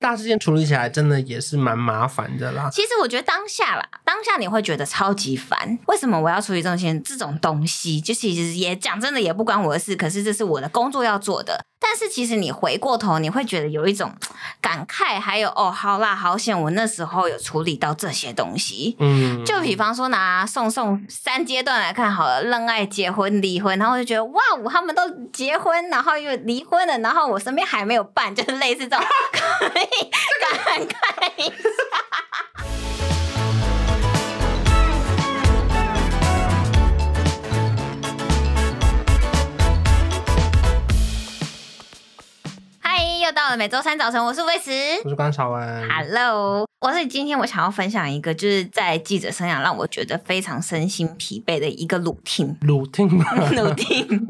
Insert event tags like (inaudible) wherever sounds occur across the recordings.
大事件处理起来真的也是蛮麻烦的啦。其实我觉得当下啦，当下你会觉得超级烦。为什么我要处理这种些这种东西？就其实也讲真的也不关我的事，可是这是我的工作要做的。但是其实你回过头，你会觉得有一种感慨，还有哦，好啦，好险，我那时候有处理到这些东西。嗯，就比方说拿宋宋三阶段来看好了，恋爱、结婚、离婚，然后我就觉得哇，哦，他们都结婚，然后又离婚了，然后我身边还没有办，就是类似这种可以感慨。嗨，又到了每周三早晨，我是魏慈，我是关朝文， Hello，我是今天我想要分享一个，就是在记者生涯让我觉得非常身心疲惫的一个 (laughs) routine。鲁定吗？ routine，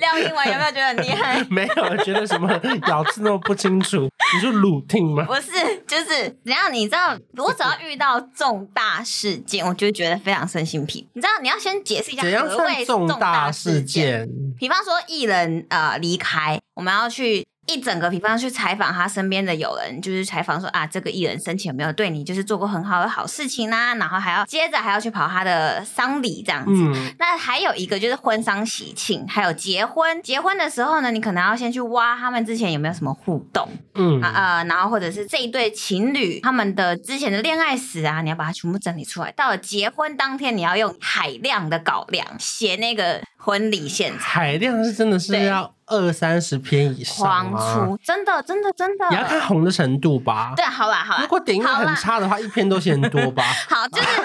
廖英文有没有觉得很厉害？没有，觉得什么咬字那么不清 (laughs) 楚？你说鲁定吗？不是，就是只要你知道，我只要遇到重大事件，我就觉得非常身心疲。你知道，你要先解释一下怎样何谓算重大大事件？比方说艺人呃离开，我们要去一整个，比方去采访他身边的友人，就是采访说啊，这个艺人生前有没有对你就是做过很好的好事情啊，然后还要接着还要去跑他的丧礼这样子。嗯，那还有一个就是婚丧喜庆，还有结婚。结婚的时候呢，你可能要先去挖他们之前有没有什么互动、嗯啊呃，然后或者是这一对情侣他们的之前的恋爱史啊，你要把它全部整理出来。到了结婚当天，你要用海量的稿量写那个婚礼现场。海量是真的是对要二三十篇以上狂吗？出，真的，真的，真的也。要看红的程度吧。对，好啦，好如啦，果点阅很差的话，一篇都嫌多 (laughs) 吧。好， (laughs) 就是这个这个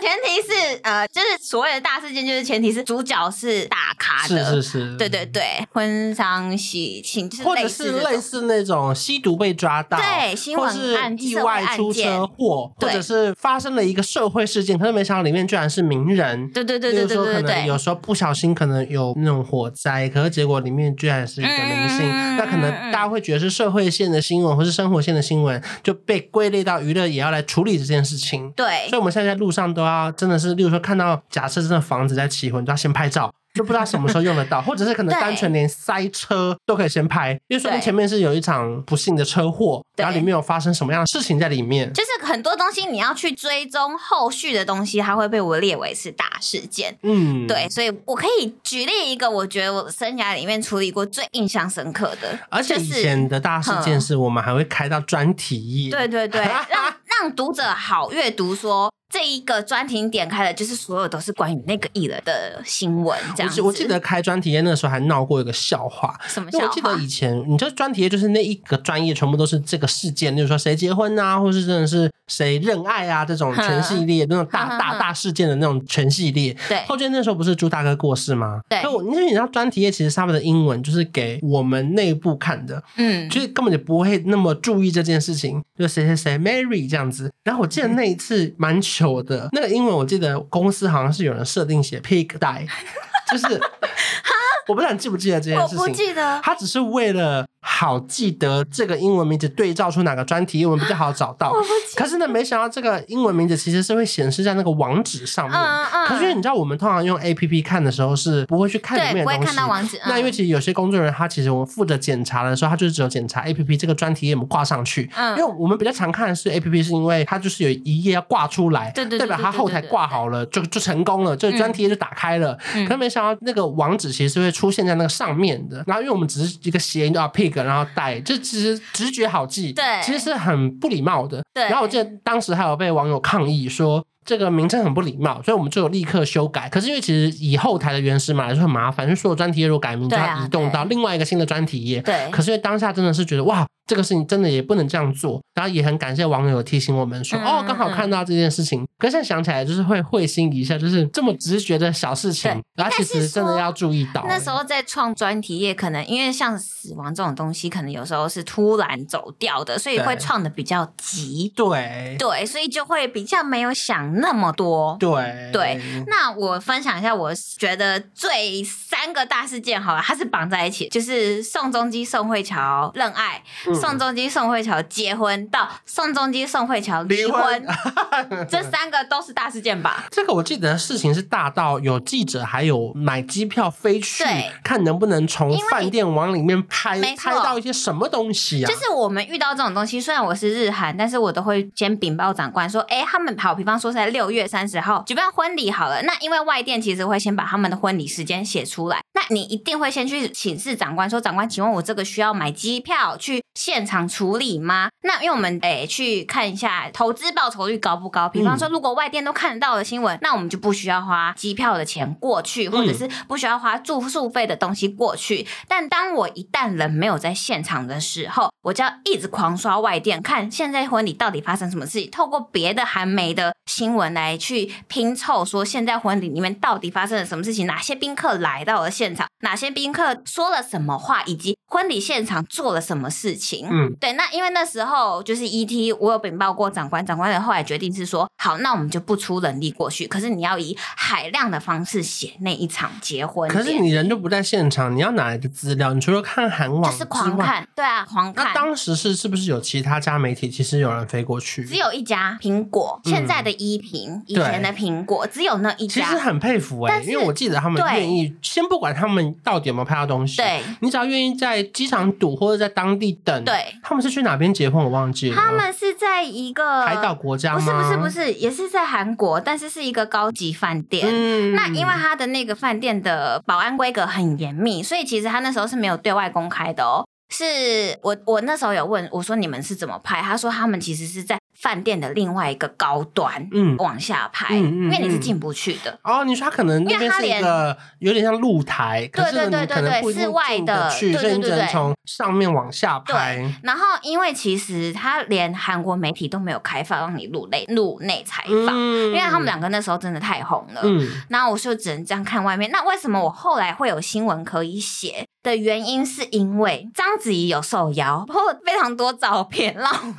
前提是，呃，就是所谓的大事件，就是前提是主角是大咖是的，是是，对对对，婚丧喜庆，就是或者似是这种类似那种吸毒被抓到，对新或闻是案意社会外案出件车祸，或对者是发生了一个社会事件，可是没想到里面居然是名人。对对对例对如对说对可能有对，时候不小心可能有那种火灾，可是结果里面居然是一个明星，嗯嗯嗯那可能嗯嗯大家会觉得是社会线的新闻或是生活线的新闻，就被归类到娱乐也要来处理这件事情。对所以我们现在在路上都要真的是，例如说看到假设真的房子在起火，你都要先拍照，就不知道什么时候用得到，或者是可能对单纯连塞车都可以先拍，因为说明对前面是有一场不幸的车祸，对然后里面有发生什么样的事情在里面。就是很多东西你要去追踪后续的东西，它会被我列为是大事件。嗯，对，。所以我可以举例一个，我觉得我生涯里面处理过最印象深刻的，而且就以是前的大事件是我们还会开到专题页，对对 (laughs) 对，让让读者好阅读说。这一个专题点开的，就是所有都是关于那个艺人的新闻，我这样记子。我记得开专题页那时候还闹过一个笑话，什么因为笑我记话得？以前，你这专题就是那一个专业，全部都是这个事件，例如说谁结婚啊，或是真的是谁认爱啊，这种全系嗯列那种大哼大哼大事件的那种全系列。对后面那时候不是朱大哥过世吗？对所以我因为你知道专题页其实是他们的英文就是给我们内部看的，嗯，就是根本就不会那么注意这件事情，就谁谁谁 Mary 这样子。然后我嗯记得那一次蛮糗的，那个英文我记得公司好像是有人设定写 pig die，就是 (laughs) 我不知道你记不记得这件我事不情。记得。他只是为了好记得这个英文名字对照出哪个专题英文比较好找到。哦可是呢，没想到这个英文名字其实是会显示在那个网址上面。嗯嗯，可是因为你知道，我们通常用 A P P 看的时候是不会去看里对，面不的东会看西。到网嗯址。那因为其实有些工作人员他其实我们负责检查的时候，他就是只有检查 A P P 这个专题页我们挂上去。因嗯为我们比较常看的是 A P P，是因为它就是有一页要挂出来，对对对代表对它对后对台对挂好了，就就成功了，这个专题页就打开了。嗯可是没想到那个网址其实是会出现在那个上面的。然后因为我们只是一个谐音啊 pig，然后带，这其实直觉好记，对其实是很不礼貌的。对然后我记得当时还有被网友抗议说。这个名称很不礼貌，所以我们就有立刻修改。可是因为其实以后台的原始码来说很麻烦，就是所有专题如果改名，就对要啊移动到另外一个新的专题页。对可是因为当下真的是觉得哇，这个事情真的也不能这样做，然后也很感谢网友提醒我们说，嗯哦，刚好看到这件事情。可是现在想起来就是会会心一笑，就是这么直觉的小事情对，然后其实真的要注意到。欸那时候在创专题页，可能因为像死亡这种东西，可能有时候是突然走掉的，所以对会创的比较急。对对，所以就会比较没有想那么多。对对，那我分享一下，我觉得最三个大事件好了，它是绑在一起，就是宋仲基、宋慧乔、任爱、嗯宋仲基、宋慧乔结婚到宋仲基、宋慧乔离离婚婚，这三个都是大事件吧？这个我记得事情是大到有记者还有买机票飞去对看能不能从因为饭店往里面拍没错拍到一些什么东西啊？就是我们遇到这种东西，虽然我是日韩，但是我都会先禀报长官说，哎、他们好，比方说是在六月三十号举办婚礼好了，那因为外电其实会先把他们的婚礼时间写出来，那你一定会先去请示长官说，长官，请问我这个需要买机票去现场处理吗？那因为我们得去看一下投资报酬率高不高，比方说如果外电都看得到的新闻，那我们就不需要花机票的钱过去，或者是不需要花住宿费的东西过去，但当我一旦人没有在现场的时候，我就要一直狂刷外电，看现在婚礼到底发生什么事情，透过别的韩媒的新闻来去拼凑，说现在婚礼里面到底发生了什么事情，哪些宾客来到了现场，哪些宾客说了什么话，以及婚礼现场做了什么事情。嗯，对，那因为那时候就是 ET，我有禀报过长官，长官的后来决定是说，好，那我们就不出人力过去，可是你要以海量的方式写那一场结婚典礼。可是你人就不在现场，你要哪来的资料？你除了看韩网就之外，是狂看，对啊，狂那看。当时是是不是有其他家媒体其实有人飞过去？只有一家苹果，嗯现在的依苹，以前的苹果只有那一其实家。很佩服哎、但是因为我记得他们对愿意，先不管他们到底有没有拍到东西，对你只要愿意在机场堵或者在当地等，对，他们是去哪边结婚我忘记了，他们是在一个海岛国家不是不是吗不是，也是在韩国，但是是一个高级饭店。嗯那因为他的那个饭店的保安规格很严密，所以其实他那时候是没有对外公开的哦。是我我那时候有问我说你们是怎么拍？他说他们其实是在饭店的另外一个高端，嗯往下拍，嗯嗯因为你是嗯进不去的。哦，你说他可能那因为边他是一连个有点像露台，可对是对对你对可能对不一定室外进得的去，对所以对你对只能对从上面往下拍。然后，因为其实他连韩国媒体都没有开放让你入内入内采访，嗯因为他们两个那时候真的太红了。嗯那我就只能这样看外面。那为什么我后来会有新闻可以写的原因，是因为章子怡有受邀，然后非常多照片让我们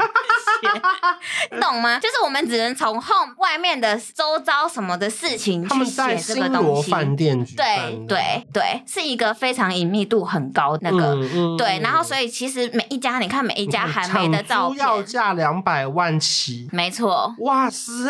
写， (laughs) 你懂吗？就是我们只能从后外面的周遭什么的事情他去们在写这新个罗东西。饭店举办的对对对，是一个非常隐秘度很高那个嗯嗯对，然后所以其实每一家，你看每一家韩媒的场照租片，要价两百万起，没错，哇塞！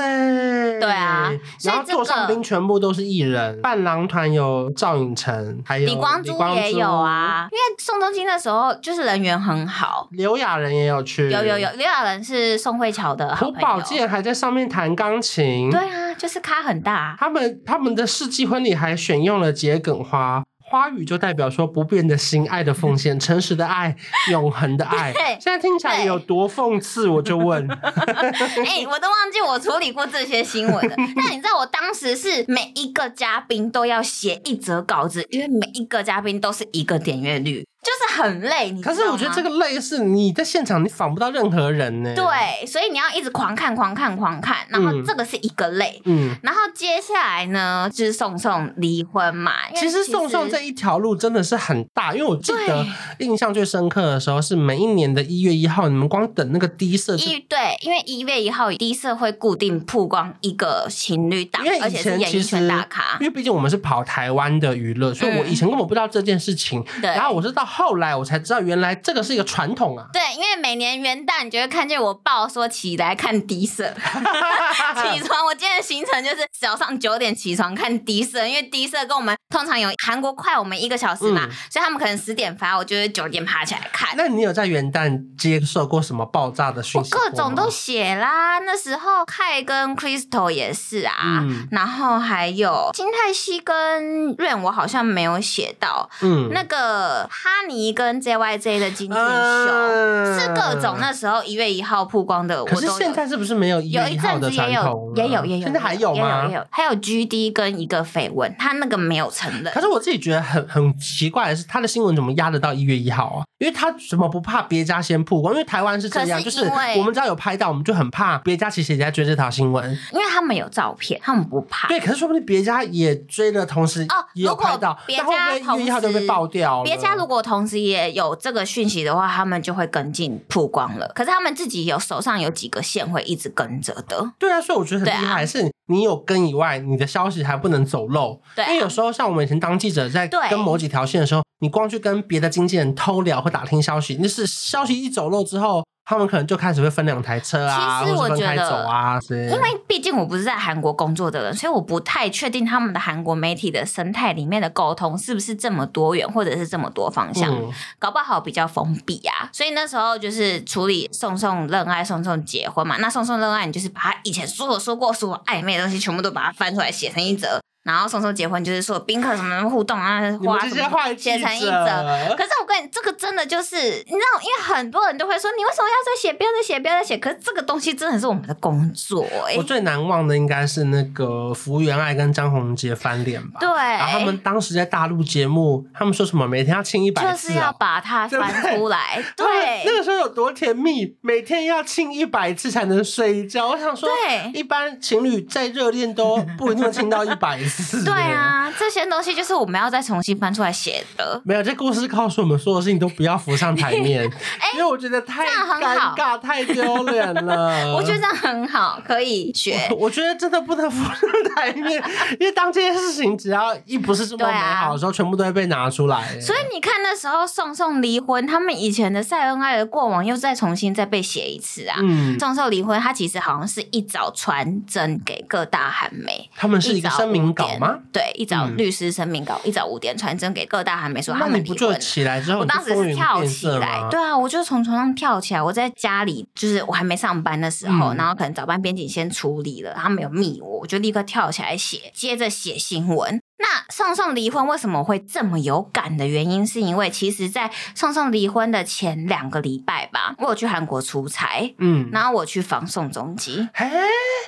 对啊所以然后这个座上宾全部都是艺人，伴郎团有赵寅成，还有李光洙也有，啊，因为宋仲基那时候就是人缘很好，刘亚仁也有去，有有有，，刘亚仁是宋慧乔的好朴朋宝友，剑还在上面弹钢琴，对啊，就是咖很大，他们他们的世纪婚礼还选用了桔梗花，花语就代表说不变的心、爱的奉献、诚实的爱、 (laughs) 永恒的爱。对现在听起来对有多讽刺，我就问，哎、我都忘记我处理过这些新闻了。但你知道，我当时是每一个嘉宾都要写一则稿子，因为每一个嘉宾都是一个点阅率，就是很累。你可知是道我觉得吗这个类似你在现场你仿不到任何人呢。，对，所以你要一直狂看、狂看、狂看，然后嗯这个是一个类。嗯。然后接下来呢，就是宋宋离婚嘛。因为其实送送这一条路真的是很大，因为我记得印象最深刻的时候是每一年的一月一号，你们光等那个低色是一对，因为一月一号第一次会固定曝光一个情侣档因为，而以且是前演其艺实圈大咖嗯因。为毕竟我们是跑台湾的娱乐，所以我以前根本不知道这件事情。对。然后我是到后来我才知道，原来这个是一个传统啊 (laughs) 对，因为每年元旦你就会看见我报说起来看低色，起 (laughs) 嗯床。我今天的行程就是早上九点起床看低色，因为低色跟我们通常有韩国快我们一个小时嘛，嗯所以他们可能十点发，我就是九点爬起来看。那你有在元旦接受过什么爆炸的讯我息过吗？各种都写啦，那时候凯跟 Crystal 也是啊，嗯然后还有金泰熙跟润，我好像没有写到、嗯那个哈尼跟 JYJ 的金俊秀、嗯是各种那时候一月一号曝光的，我可是都现有。在是不是没有一有月一一号阵的子传也有统，了也有，也有，现在还有也吗？有，也有，还有 G D 跟一个绯闻，他那个没有承认可。是我自己觉得很很奇怪的是，他的新闻怎么压得到一月一号啊？因为他怎么不怕别家先曝光？因为台湾是这样，可就是是因为我们只要有拍到，我们就很怕别家其实也在追这条新闻。因为他们有照片，他们不怕。对，可是说不定别家也追了，同时哦也有拍到，如果那会不会一月一号就被爆掉了？别家如果同时也有这个讯息的话，他们就会跟进曝曝光了，可是他们自己有手上有几个线会一直跟着的，对啊，所以我觉得很对厉啊害，是你有跟以外，你的消息还不能走漏。对啊因为有时候像我们以前当记者，在对跟某几条线的时候，你光去跟别的经纪人偷聊或打听消息，那是消息一走漏之后，他们可能就开始会分两台车啊，其实或者我分觉开得走啊之类的。因为毕竟我不是在韩国工作的人，所以我不太确定他们的韩国媒体的生态里面的沟通是不是这么多元，或者是这么多方向。嗯，搞不好比较封闭啊。所以那时候就是处理宋宋认爱、宋宋结婚嘛。那宋宋认爱，你就是把他以前所有说过、所有暧昧的东西，全部都把它翻出来写成一则。然后宋宋结婚就是说宾客什么互动啊，你们花这什些么坏记写成一则。 (laughs) 者可，是我跟你这个真的就是，你知道，因为很多人都会说，你为什么要再写，不要再写，不要再写。可是这个东西真的是我们的工作哎、我最难忘的应该是那个福原爱跟张宏杰翻脸吧。对，然后他们当时在大陆节目，他们说什么每天要亲一百就次是哦、要把它对不对翻出来，他们啊 (laughs) 对啊那个时候有多甜蜜，每天要亲一百次才能睡一觉。我想说，对一般情侣再热恋都不一定会亲到一百 (laughs) 次。对，啊，这些东西就是我们要再重新翻出来写的。没有这故事告诉我们，所有事情都不要浮上台 (laughs) 面，因为我觉得太哎这样很尴好尬、太丢脸了。 (laughs) 我觉得这样很好，可以 (laughs) 学。我觉得真的不能浮上台面，因为当这件事情只要一不是这么对美啊好的时候，全部都会被拿出来。所以你看，那时候宋宋离婚，他们以前的塞恩爱的过往又再重新再被写一次啊。嗯，宋宋离婚，他其实好像是一早传真给各大韩媒，他们是一个早声明5稿点吗？？对，一早嗯律师声明稿，一早五点传真给各大韩媒说他那你们不离就婚。起来之后，我你就当时风是云跳变起色来吗，对啊，我就从床上跳起来。我在家里，就是我还没上班的时候，嗯然后可能早班编辑先处理了，他没有密我，我就立刻跳起来写，接着写新闻。那宋宋离婚为什么会这么有感的原因，是因为其实，在宋宋离婚的前两个礼拜吧，我有去韩国出差，嗯，然后我去访宋仲基，哎，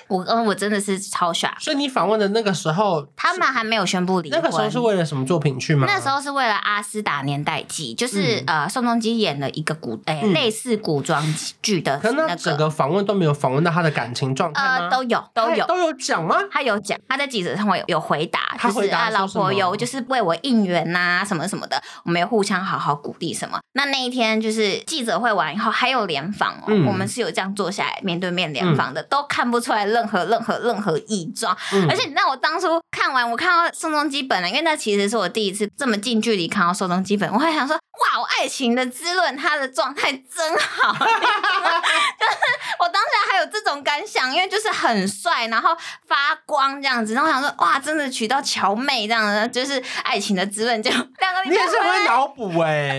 我嗯，我真的是超 shock，所以你访问的那个时候，他们还没有宣布离那婚，个时候是为了什么作品去吗？那时候是为了《阿斯达年代记》，就是、嗯呃，宋仲基演了一个古诶、嗯类似古装剧的可那那个，整个访问都没有访问到他的感情状态吗？呃，都有都他有也。都有讲 (laughs) 吗？他有讲，他在记者上会有有回答，他就是回答啊，说老婆什么有就是为我应援呐、什么什么的，我们有互相好好鼓励什么。那那一天就是记者会完以后，还有联访哦，嗯我们是有这样坐下来面对面联访的，都看不出来任何任何任何异状。嗯而且你知道，我当初看完，我看到宋仲基本人，因为那其实是我第一次这么近距离看到宋仲基本人，我还想说，哇，我爱情的滋润，他的状态真好。 (laughs) 我当时还有这种感想，因为就是很帅，然后发光这样子，然后我想说，哇，真的娶到乔妹这样的，就是爱情的滋润。就两个礼你也拜是回会来。脑补 (laughs) 哎，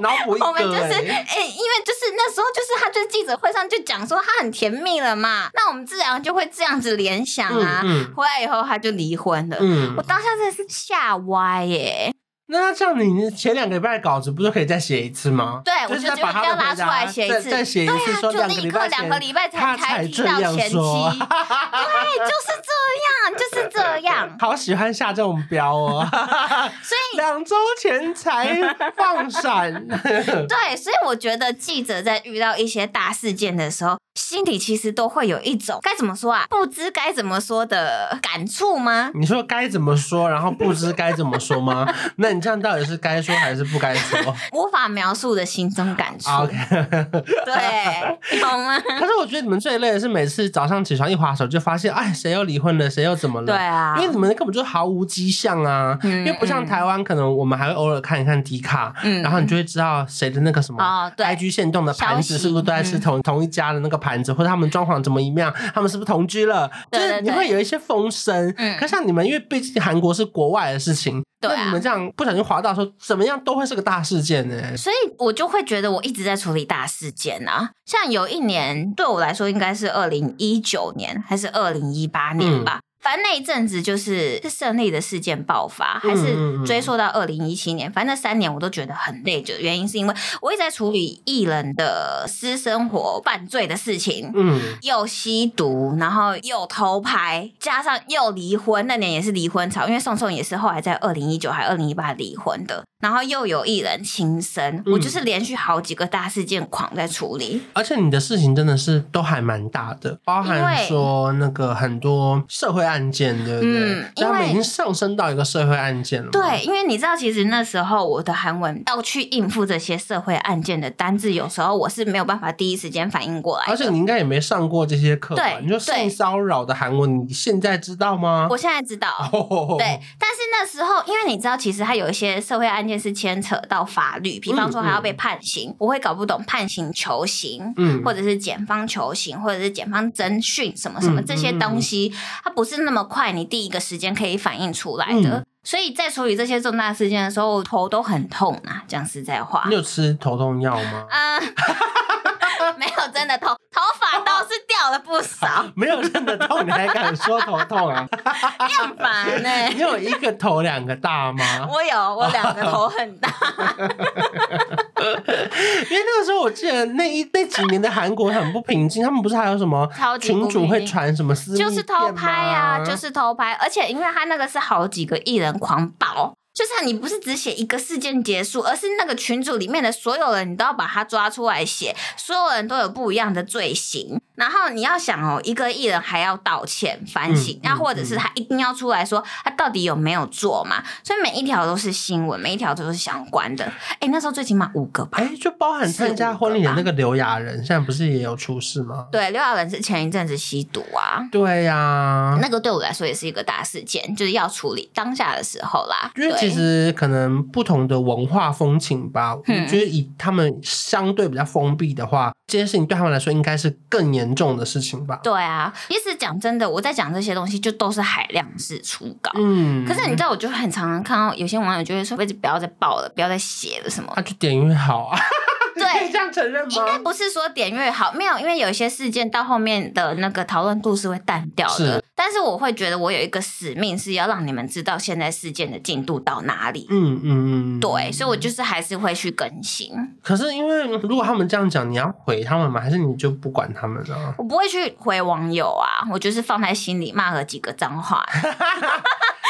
脑补一我们就个是，哎、哎。因为就是那时候，就是他就是记者会上就讲说他很甜蜜了嘛，那我们自然就会这样子联想啊。嗯回来以后他就离婚了，嗯我嗯，当下真的是吓歪耶！那这样你前两个礼拜的稿子不就可以再写一次吗？对，就我是就再觉把得他要的拿回出答来写一再次，再写一对次，说两啊，就个立礼刻拜两个前礼拜他才才提这到样前妻，说，。对，就是这样，就是这 (laughs) 样好喜欢下这种标哦， (laughs) 所 (laughs) 以两周前才放闪， (laughs) 对，所以我觉得记者在遇到一些大事件的时候，心里其实都会有一种该怎么说啊，不知该怎么说的感触吗？你说该怎么说，然后不知该怎么说吗？那你这样到底是该说还是不该 (laughs) 说啊无法描述的心中感触， ？OK。 (laughs) 对，有吗？可是我觉得你们最累的是每次早上起床一划手就发现，哎，谁又离婚了，谁又怎么了？对啊，因为你们根本就毫无迹象啊，嗯因为不像嗯台湾，可能我们还会偶尔看一看迪卡，嗯然后你就会知道谁的那个什么。哦，对 IG 限动的盘消子息嗯是不是都在吃同、同一家的那个盘子，或者他们装潢怎么一样，他们是不是同居了？对就是对你对会有一些风声。嗯可像你们，因为毕竟韩国是国外的事情，对啊那你们这样不小心滑到说怎么样都会是个大事件呢、所以我就会觉得我一直在处理大事件啊，像有一年对我来说应该是二零一九年还是二零一八年嗯吧。反正那一阵子就是是胜利的事件爆发，还嗯嗯嗯是追溯到二零一七年。反正那三年我都觉得很累，就原因是因为我一直在处理艺人的私生活、犯罪的事情，嗯，又吸毒，然后又偷拍，加上又离婚，那年也是离婚潮，因为宋宋也是后来在二零一九还二零一八离婚的，然后又有艺人轻生，我就是嗯连续好几个大事件狂在处理，而且你的事情真的是都还蛮大的，包因含为说那个很多社会案件，对不对？嗯所以他们已因经为上升到一个社会案件了嘛。对，因为你知道，其实那时候我的韩文要去应付这些社会案件的单字，有时候我是没有办法第一时间反应过来的。而且你应该也没上过这些课吧？对你说对性骚扰的韩文，你现在知道吗？我现在知道，哦对，但是那时候，因为你知道，其实它有一些社会案件是牵扯到法律，比嗯方说还要被判刑，我会搞不懂判刑、求刑，嗯或者是检方求刑，或者是检方侦讯什么什么嗯这些东西，它不是那么快，你第一个时间可以反应出来的。嗯所以在处理这些重大事件的时候，我头都很痛啊！讲实在话你，有吃头痛药吗？ (laughs) 嗯， (laughs) 没有真的痛，头发倒是掉了不 (laughs)，少没有认得痛，你还敢说头痛 (laughs) 啊？厌烦呢、 (laughs) 你有一个头两个大吗？我有，我两个头 (laughs) 很大。因为那个时候我记得那一那几年的韩国很不平静，他们不是还有什么超级不群平静主会传什么私密就是偷片吗拍啊，就是偷拍，而且因为他那个是好几个艺人狂爆，就是你不是只写一个事件结束，而是那个群组里面的所有人，你都要把他抓出来写，所有人都有不一样的罪行。然后你要想哦，一个艺人还要道歉反省嗯，那、或者是他一定要出来说他到底有没有做嘛？所以每一条都是新闻，每一条都是相关的。哎，那时候最起码五个吧。哎、就包含参加婚礼的那个刘亚仁，现在不是也有出事吗？对，刘亚仁是前一阵子吸毒啊，对呀、那个对我来说也是一个大事件，就是要处理当下的时候啦。因为对其实可能不同的文化风情吧，我嗯觉得以他们相对比较封闭的话，这件事情对他们来说应该是更严重的事情吧。对啊，其实讲真的，我在讲这些东西就都是海量式初稿。嗯，可是你知道，我就很常常看到有些网友就会说：“不要再爆了，不要再写了什 (laughs) 么他。去点阅好啊，” (laughs) 可以对，这样承认应该吗？不是说点阅好，没有，因为有一些事件到后面的那个讨论度是会淡掉的是。但是我会觉得我有一个使命是要让你们知道现在事件的进度到哪里。嗯嗯嗯，对，所以我就是还是会去更新，可是因为如果他们这样讲，你要回他们吗？还是你就不管他们了？我不会去回网友啊，我就是放在心里骂了几个 (laughs) 脏话，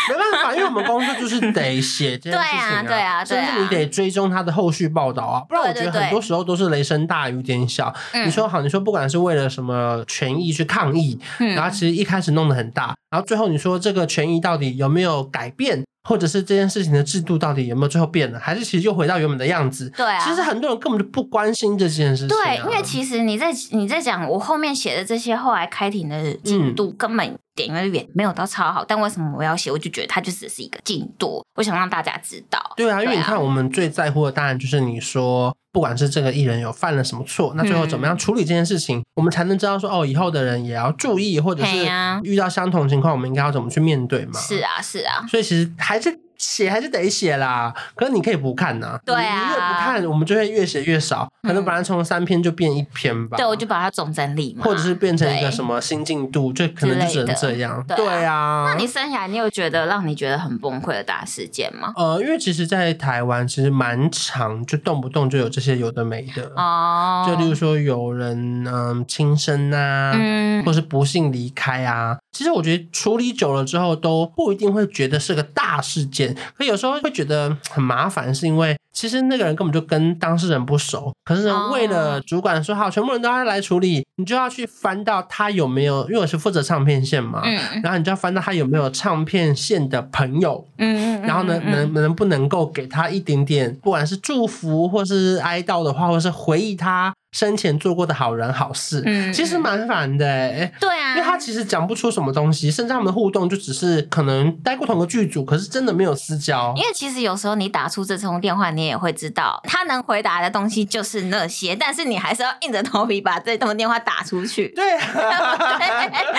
没办法，因为我们工作就是得写这件事情、对啊对啊对甚啊至你得追踪他的后续报道啊，不然我觉得对对对很多时候都是雷声大雨点小。嗯你说好，你说不管是为了什么权益去抗议，嗯然后其实一开始弄得很大，然后最后你说这个权益到底有没有改变，或者是这件事情的制度到底有没有最后变了，还是其实又回到原本的样子？对啊，其实很多人根本就不关心这件事情、啊。对，因为其实你在你在讲我后面写的这些后来开庭的进嗯度，根本点阅率也没有到超好，但为什么我要写？我就觉得它就只是一个进度，我想让大家知道。对啊，因为对啊你看，我们最在乎的当然就是你说，不管是这个艺人有犯了什么错，那最后怎么嗯样处理这件事情，我们才能知道说，哦，以后的人也要注意，或者嘿是呀遇到相同情况，我们应该要怎么去面对嘛？是啊，是啊，所以其实还是写还是得写啦，可是你可以不看呐、对啊嗯你你越不看，我们就会越写越少，可能本来从三篇就变一篇吧。对，我就把它总整理嘛。或者是变成一个对什么新进度，就可能就只之类能的这样。对啊对啊，那你生涯，你有觉得让你觉得很崩溃的大事件吗？呃，因为其实，在台湾其实蛮长，就动不动就有这些有的没的。哦，嗯就例如说有人嗯轻生啊，嗯或是不幸离开啊，其实我觉得处理久了之后都不一定会觉得是个大事件，可有时候会觉得很麻烦，是因为其实那个人根本就跟当事人不熟，可是呢哦为了主管说好，全部人都要来处理，你就要去翻到他有没有，因为我是负责唱片线嘛。嗯然后你就要翻到他有没有唱片线的朋友，嗯，然后呢，嗯嗯能能不能够给他一点点，不管是祝福或是哀悼的话，或是回忆他生前做过的好人好事，嗯其实蛮烦的、欸。对啊，因为他其实讲不出什么东西，甚至他们的互动就只是可能待过同个剧组，可是真的没有私交因。为其实有时候你打出这通电话，你也会知道他能回答的东西就是那些，但是你还是要硬着头皮把这通电话打出 (laughs) 去。对对啊，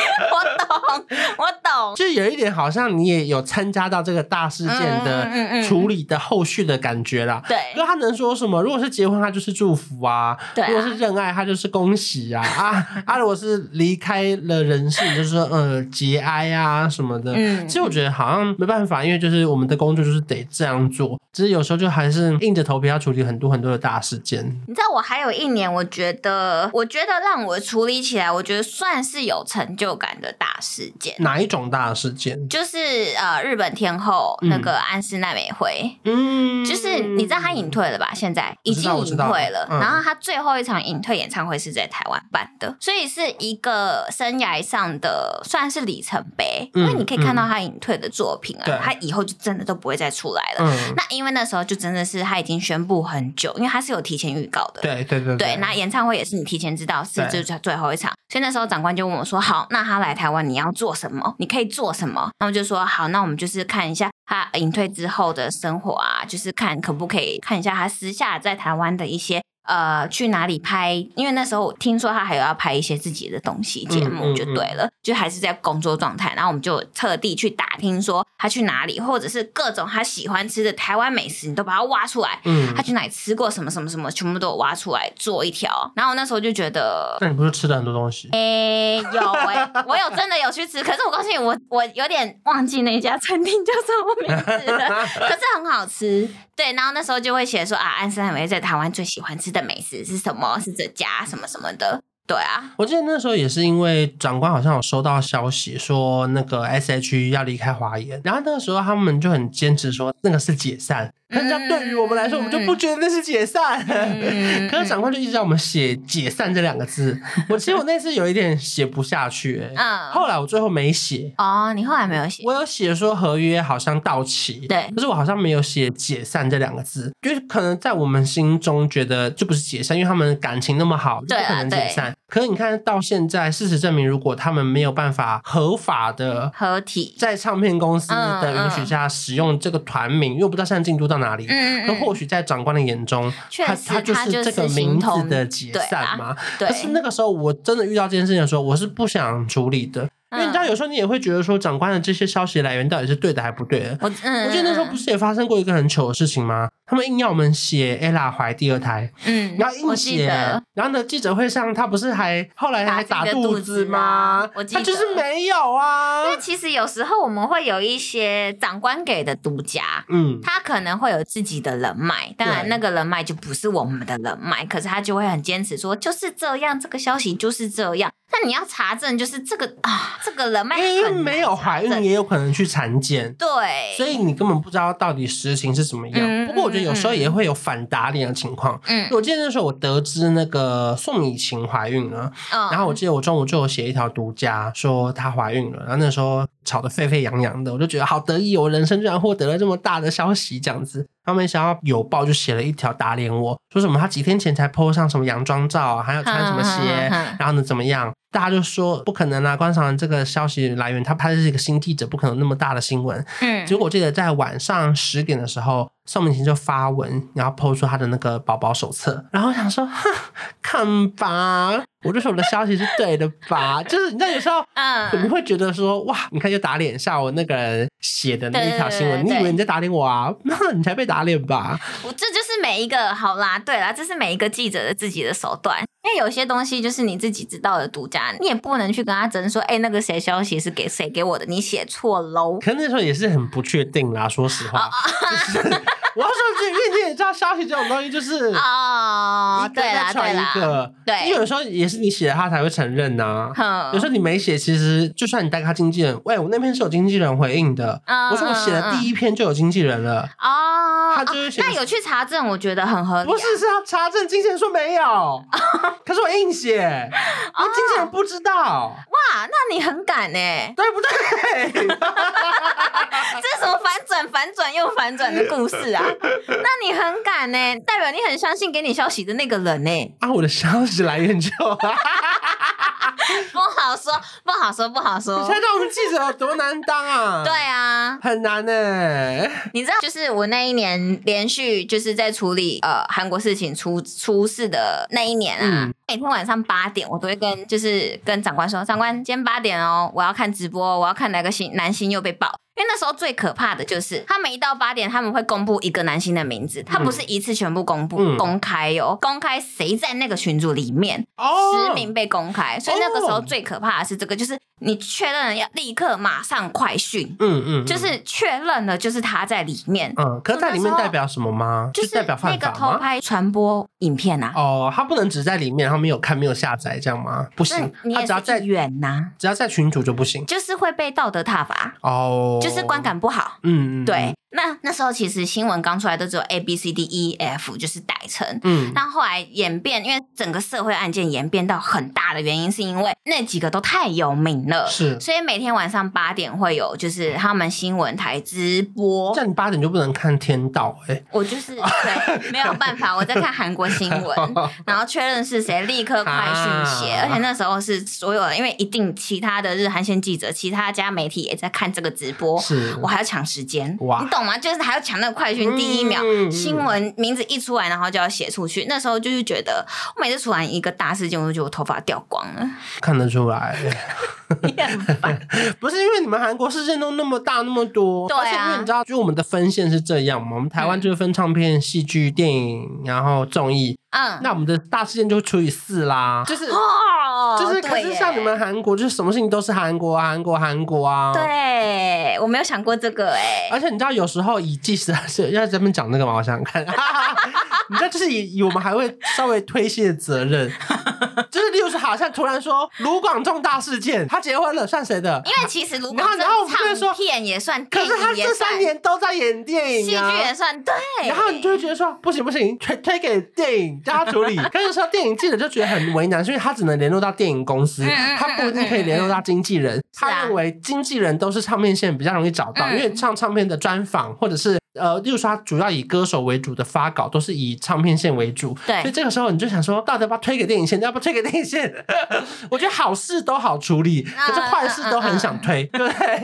我懂，我懂。就有一点好像你也有参加到这个大事件嗯嗯嗯的嗯处理的后续的感觉啦。对就他能说什么？如果是结婚，他就是祝福啊；对啊如果是认爱，他就是恭喜啊 (laughs) 啊啊！如果是离开了人世，就是说呃节哀啊什么的。嗯其实我觉得好像没办法，因为就是我们的工作就是得这样做，只是有时候就还是硬着头皮要处理很多很多的大事件。你知道我还有一年，我觉得，我觉得让我处理起来，我觉得算是有成就感的大事件，哪一种大事件？就是呃，日本天后嗯那个安室奈美惠，嗯，就是你知道她隐退了吧？现在已知经道我知隐道退了，嗯然后她最后一场隐退演唱会是在台湾办的，所以是一个生涯台上的算是里程碑，因为嗯你可以看到他隐退的作品对啊，他以后就真的都不会再出来了。嗯，那因为那时候就真的是他已经宣布很久，因为他是有提前预告的，对对对对，那演唱会也是你提前知道是对就是最后一场，所以那时候长官就问我说：“好，那他来台湾你要做什么？你可以做什么？”那我就说：“好，那我们就是看一下他隐退之后的生活啊，就是看可不可以看一下他私下在台湾的一些。”呃，去哪里拍？因为那时候我听说他还有要拍一些自己的东西节嗯目，嗯就对了，就还是在工作状态。然后我们就特地去打听说他去哪里，或者是各种他喜欢吃的台湾美食，你都把它挖出来，嗯他，去哪里吃过什么什么什么，全部都有挖出来做一条。然后我那时候就觉得，那你不是吃了很多东西？诶、 (laughs) 有诶、我有真的有去吃，可是我告诉你，我我有点忘记那一家餐厅叫什么名字了， (laughs) 可是很好吃。对，然后那时候就会写说啊，安室奈美惠在台湾最喜欢吃的美食是什么？是这家什么什么的。对啊，我记得那时候也是因为长官好像有收到消息说那个 S H E 要离开华研，然后那个时候他们就很坚持说那个是解散，但是嗯对于我们来说，我们就不觉得那是解散。嗯可是长官就一直让我们写“解散”这两个 (laughs) 字，我其实我那次有一点写不下去、欸，嗯，后来我最后没写，哦，你后来没有写，我有写说合约好像到期，对可是我好像没有写解散这两个字，就是可能在我们心中觉得这不是解散，因为他们感情那么好，就对不啊可能解散。可是你看到现在，事实证明，如果他们没有办法合法的。合嗯体，在唱片公司的允许下使用这个团名，因为我不知道现在进度到哪里。嗯嗯那嗯，或许在长官的眼中，确他实就他就是是这个名形同字的解对散啦嘛。对可，是那个时候我真的遇到这件事情的时候，我是不想处理的，嗯因为你知道，有时候你也会觉得说，长官的这些消息来源到底是对的还不对的。我嗯，我记得那时候嗯不是也发生过一个很糗的事情吗？他们硬要我们写 ella 怀第二胎，嗯，然后硬我记写得，，然后呢记者会上他不是还后来还打打自己的肚肚子子吗啊？我记他就是得没有啊因。为其实有时候我们会有一些长官给的独家，嗯，他可能会有自己的人脉，当然对那个人脉就不是我们的人脉，可是他就会很坚持说就是这样，这个消息就是这样。那你要查证，就是这个啊，这个人脉因为很难没有怀查孕证也有可能去产检。对，所以你根本不知道到底实情是怎么样。嗯不过我觉得有时候也会有反打脸的情况。嗯我记得那时候我得知那个宋以晴怀孕了，嗯，然后我记得我中午就有写一条独家，说她怀孕了，然后那时候吵得沸沸扬扬的，我就觉得好得意哦，我人生居然获得了这么大的消息，这样子。他没想到有报就写了一条打脸我，说什么他几天前才 po 上什么洋装照，啊还有穿什么鞋嗯嗯 (laughs) 嗯嗯，然后呢怎么样？大家就说不可能啊！观察这个消息来源，他拍的是一个新记者，不可能那么大的新闻。嗯结果我记得在晚上十点的时候，宋明琴就发文，然后抛出她的那个宝宝手册，然后我想说， (laughs) 哼，看吧，我就说我的消息是对的吧， (laughs) 就是你知道有时候。你嗯，会觉得说哇，你看又打脸下我那个人写的那一条新闻，对对对对你以为你在打脸我啊？ (laughs) 那你才被打脸吧？我这就是每一个好啦，对啦，这是每一个记者的自己的手段，因为有些东西就是你自己知道的独家，你也不能去跟他争说，哎、那个谁消息是给谁给我的，你写错喽。可能那时候也是很不确定啦，说实哦话，就是 (laughs) 我要说这，因为你也知道消息这种东西就是哦一，个对再啦，对传一啦，个，对因为有时候也是你写了他才会承认呐、哼有时候你没写，其实就算你带他经纪人，喂，我那篇是有经纪人回应的，嗯我说我写的第一篇就有经纪人了，哦，他就是写那有去查证，我觉得很合理、不啊。是是他查证，经纪人说没有， (laughs) 可是我硬写，哦那经纪人不知道，哇，那你很敢呢、对不 (laughs) 对？这是什么反转、反转又反转的故 (laughs) 事啊？那你很敢呢、代表你很相信给你消息的那个人呢、啊，我的消息来源就，你不好说，不好说，不好说现。在知道我们记者有多难当啊？哦对。啊，很难呢、你知道，就是我那一年连续就是在处理呃韩国事情出出事的那一年啊，嗯每天晚上八点，我都会跟就是跟长官说，长官今天八点哦，我要看直播哦，我要看哪个星男星又被爆。因为那时候最可怕的就是，他们一到八点，他们会公布一个男星的名字，他不是一次全部公布，嗯公开哦，公开谁在那个群组里面，哦，实名被公开，所以那个时候最可怕的是这个，就是你确认了要立刻马上快讯，嗯，嗯嗯，就是确认了就是他在里面，嗯，可是在里面那时候代表什么吗？就是代表那犯个法偷吗？拍传播影片啊，哦，他不能只在里面，他没有看没有下载这样吗？不那行，你他也只要是在一员呐、只要在群主就不行就是会被道德挞伐，哦，就是观感不好。嗯，嗯嗯，对，那那时候其实新闻刚出来都只有 A B C D E F 就是代称，嗯，但后来演变，因为整个社会案件演变到很大的原因，是因为那几个都太有名了，是。所以每天晚上八点会有就是他们新闻台直播这。样你八点就不能看天道哎、(laughs) 我就是对没有办法，我在看韩国新闻，然后确认是谁，立刻快讯息。啊而且那时候是所有人，因为一定其他的日韩线记者、其他家媒体也在看这个直播，是我还要抢时间，哇你懂吗？就是还要抢那个快讯，第一秒、嗯新闻名字一出来，然后就要写出去。那时候就是觉得，我每次出完一个大事件，我就觉得我头发掉光了， (laughs) 看得出来、哎你很烦。不是因为你们韩国事件都那么大那么多，对啊而嗯且因为你知道，就是我们的分线是这样嘛，我们台湾就是分唱片、戏剧、电影，然后综艺，嗯，那我们的大事件就除以四啦，就是。哦就是，可对是耶像你们韩国，就是什么事情都是韩国啊，韩国，韩国啊。。对，我没有想过这个哎、而且你知道，有时候以计时是要在这边讲那个吗？我想想 (laughs) 看，你知道，就是以以我们还会稍微推卸责任，就是例如说，好像突然说卢广仲大事件，他结婚了，算谁的？因为其实如果然后然后我们就会这说唱片也算，可电是他影也这算三，年都在演电戏影啊剧。也算，对。然后你就会觉得说不行不行，推推给电影叫他处 (laughs) 理。但是说电影记者就觉得很为难，所以他只能联络到电影公司嗯嗯，他不一定可以联络到经纪人。是啊他认为经纪人都是唱片线比较容易找到，嗯因为唱唱片的专访或者是。呃，例如说，他主要以歌手为主的发稿都是以唱片线为主，对所以这个时候你就想说，到底要不要推给电影线， (laughs) 要不要推给电影线？我觉得好事都好处理，嗯可是坏事都很想推，对不 (laughs) 对？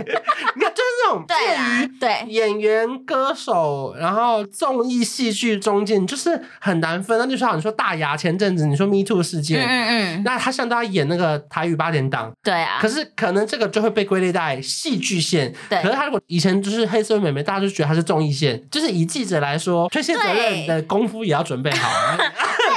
你看，就是那种介对于啦，对，演员、歌手，然后综艺、戏剧中间，就是很难分。那就像你说大牙前阵子，你说 Me Too 事嗯件，嗯嗯，那他像他演那个台语八点档，对啊，可是可能这个就会被归类在戏剧线。对可是他如果以前就是黑社会妹妹，大家就觉得他是综艺线，就是以记者来说，推卸责任的功夫也要准备好 (laughs) 啊。对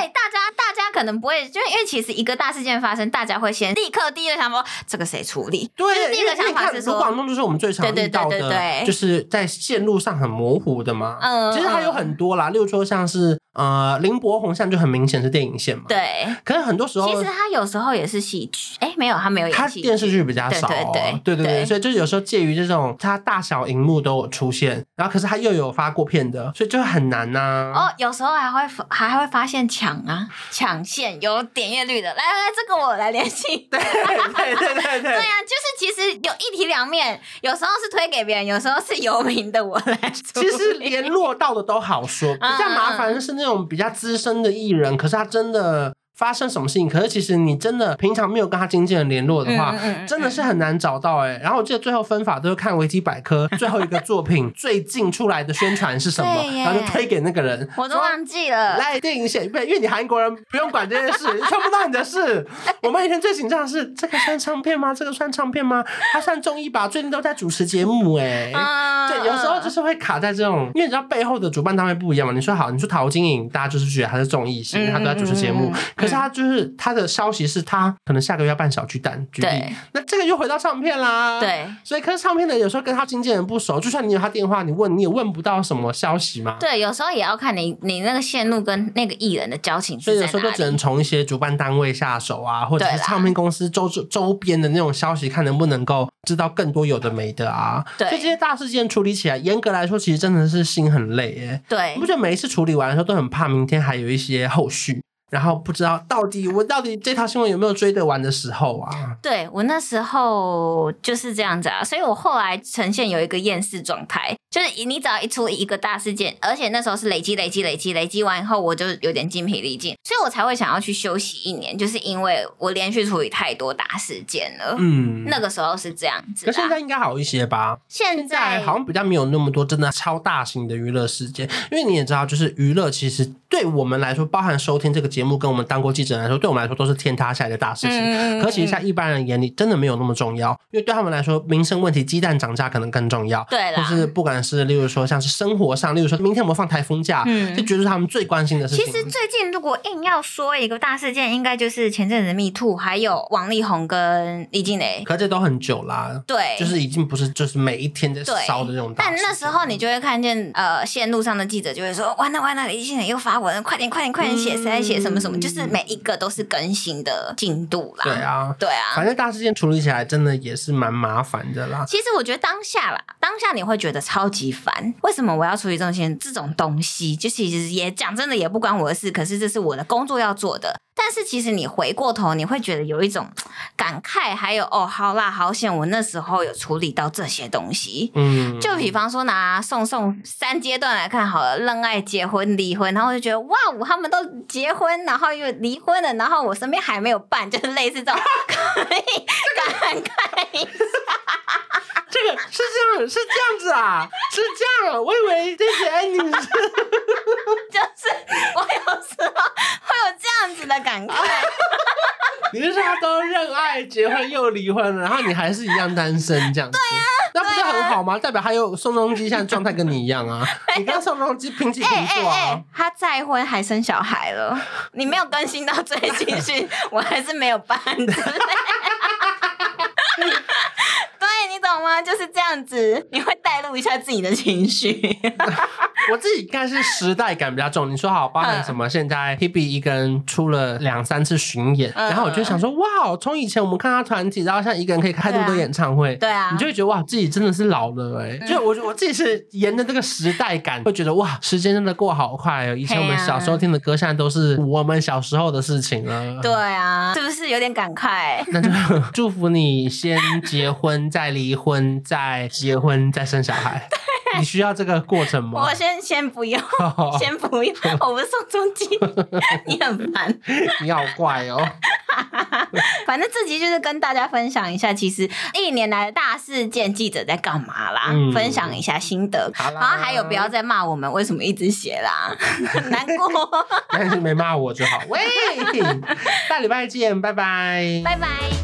大家，大家可能不会，就是因为其实一个大事件发生，大家会先立刻第一个想法，这个谁处理？就是对，第因一为个因为想你法看是卢广说，仲就是我们最常对对遇到对对的，对就是在线路上很模糊的嘛。嗯其实它有嗯很多啦，例如说像是呃林柏宏像就很明显是电影线嘛，对。可是很多时候其实他有时候也是戏剧，哎，没有，他没有它演戏电视剧比较少、哦，对对对对对对所以就是有时候介于这种它大小荧幕都有出现，然后可是它又有发过片的，所以就很难呐、哦，有时候还会发还还会发现抢啊，抢线有点阅率的，来来来，这个我来联系。对对对对 (laughs) (laughs) 对呀、啊，就是其实有一体两面，有时候是推给别人，有时候是游民的我来处其理。实联络到的都好说，比较嗯麻烦的是那种比较资深的艺人，可是他真的发生什么事情，可是其实你真的平常没有跟他经纪人联络的话嗯，嗯嗯真的是很难找到哎、然后我记得最后分法都是看维基百科最后一个作 (laughs) 品最近出来的宣传是什么对，耶然后就推给那个人。我都说忘记了。来电影写，不因为你韩国人不用管这件事，穿不到你的 (laughs) 事。哎我们以前最紧张的是这个算唱片吗？这个算唱片吗？他算综艺吧？最近都在主持节目哎、嗯对，有时候就是会卡在这种，因为你知道背后的主办单位不一样嘛。你说好，你说陶晶莹，大家就是觉得她是综艺型，嗯她都在主持节目嗯嗯，可是她就是她的消息是她可能下个月要办小巨蛋，举例对，那这个又回到唱片啦。。对所以，可是唱片的有时候跟他经纪人不熟，就算你有他电话，你问你也问不到什么消息嘛。对，有时候也要看你你那个线路跟那个艺人的交情所以是有在时候哪就只里。能从一些主办单位下手啊，或者是对啦唱片公司周周周边的那种消息，看能不能够知道更多有的没的啊。对所以这些大事件处理起来，严格来说，其实真的是心很累耶、对你不，觉得每一次处理完的时候都很怕明天还有一些后续，然后不知道到底我到底这条新闻有没有追得完的时候啊？对我那时候就是这样子啊，所以我后来呈现有一个厌世状态，就是你只要一出一个大事件，而且那时候是累积、累积、累积、累积完以后，我就有点精疲力尽，所以我才会想要去休息一年，就是因为我连续处理太多大事件了。嗯，那个时候是这样子可的，现在应该好一些吧？现嗯现在好像比较没有那么多真的超大型的娱乐事件，因为你也知道，就是娱乐其实对我们来说，包含收听这个节目，跟我们当过记者来说，对我们来说都是天塌下来的大事情。嗯嗯嗯可其实在一般人眼里，真的没有那么重要，因为对他们来说，民生问题、鸡蛋涨价可能更重要。对啦或是不管是例如说像是生活上，例如说明天我们放台风假，嗯这绝对是他们最关心的事情。其实最近如果硬要说一个大事件，应该就是前阵子的 Me Too，还有王力宏跟李静蕾。可这都很久啦，对，就是已经不是就是每一天在对烧的那种大但事情。嗯那时候你就会看见，呃，线路上的记者就会说：“完了完了，李静蕾又发文，快点快点快点写，谁在写什么什么？”就是每一个都是更新的进度嗯啦。对，啊，对啊。反正大事件处理起来真的也是蛮麻烦的啦。其实我觉得当下啦，当下你会觉得超级烦，为什么我要处理这些这种东西？就其实也讲真的也不关我的事，可是这是我的工作要做的。但是其实你回过头，你会觉得有一种感慨，还有哦，好啦，好险，我那时候有处理到这些东西。嗯，就比方说拿送送三阶段来看好了，恋爱、结婚、离婚，然后我就觉得哇，我他们都结婚，然后又离婚了，然后我身边还没有伴，就是类似这种 (laughs) 可以感慨。啊这个是这样，是这样子啊，是这样啊，我以为这些 ending 是就是我有时候会有这样子的感 (laughs) 啊慨，你是说他都认爱、结婚又离婚了，然后你还是一样单身这样子？啊对呀、那不是很好吗？代表还有宋仲基现在状态跟你一样啊，你跟宋仲基平起平哎哎坐啊哎。，他再婚还生小孩 (laughs) 了，你没有更新到最新讯，我还是没有办之类的 (laughs) 对你懂吗？就是这样子，你会带入一下自己的情 (laughs) 绪。我自己应该是时代感比较重。你说好，包含嗯什么？现在 Hebe 一个人出了两三次巡演，嗯然后我就想说，哇，哦从以前我们看他团体，然后现在一个人可以开这么多对啊演唱会，对啊，你就会觉得哇，自己真的是老了哎、嗯就我我自己是沿着这个时代感，会觉得哇，时间真的过好快哦。以前我们嘿啊小时候听的歌，现在都是我们小时候的事情了。对。啊，是不是有点感慨？ (laughs) 那就 (laughs) 祝福你先结婚，再离婚，再结婚，再生小 (laughs) 孩。你需要这个过程吗我？先先不用，我先不用，我不是宋 (laughs) 仲基，你很烦。 (laughs) 你好怪哦。反正这集就是跟大家分享一下，其实一年来的大事件，记者在干嘛啦？嗯分享一下心得。好啦然后还有不要再骂我们为什么一直写啦， (laughs) 很难过。 (laughs) 但是没骂我就好。喂，下礼拜见，拜拜。拜拜。